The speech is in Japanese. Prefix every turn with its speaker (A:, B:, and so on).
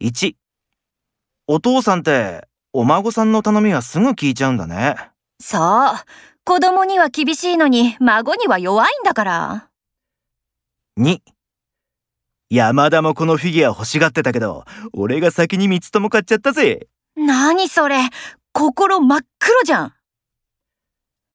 A: 1お父さんってお孫さんの頼みはすぐ聞いちゃうんだね
B: そう。子供には厳しいのに、孫には弱いんだから。
A: 2山田もこのフィギュア欲しがってたけど俺が先に3つとも買っちゃったぜ
B: 何それ。心真っ黒じゃん。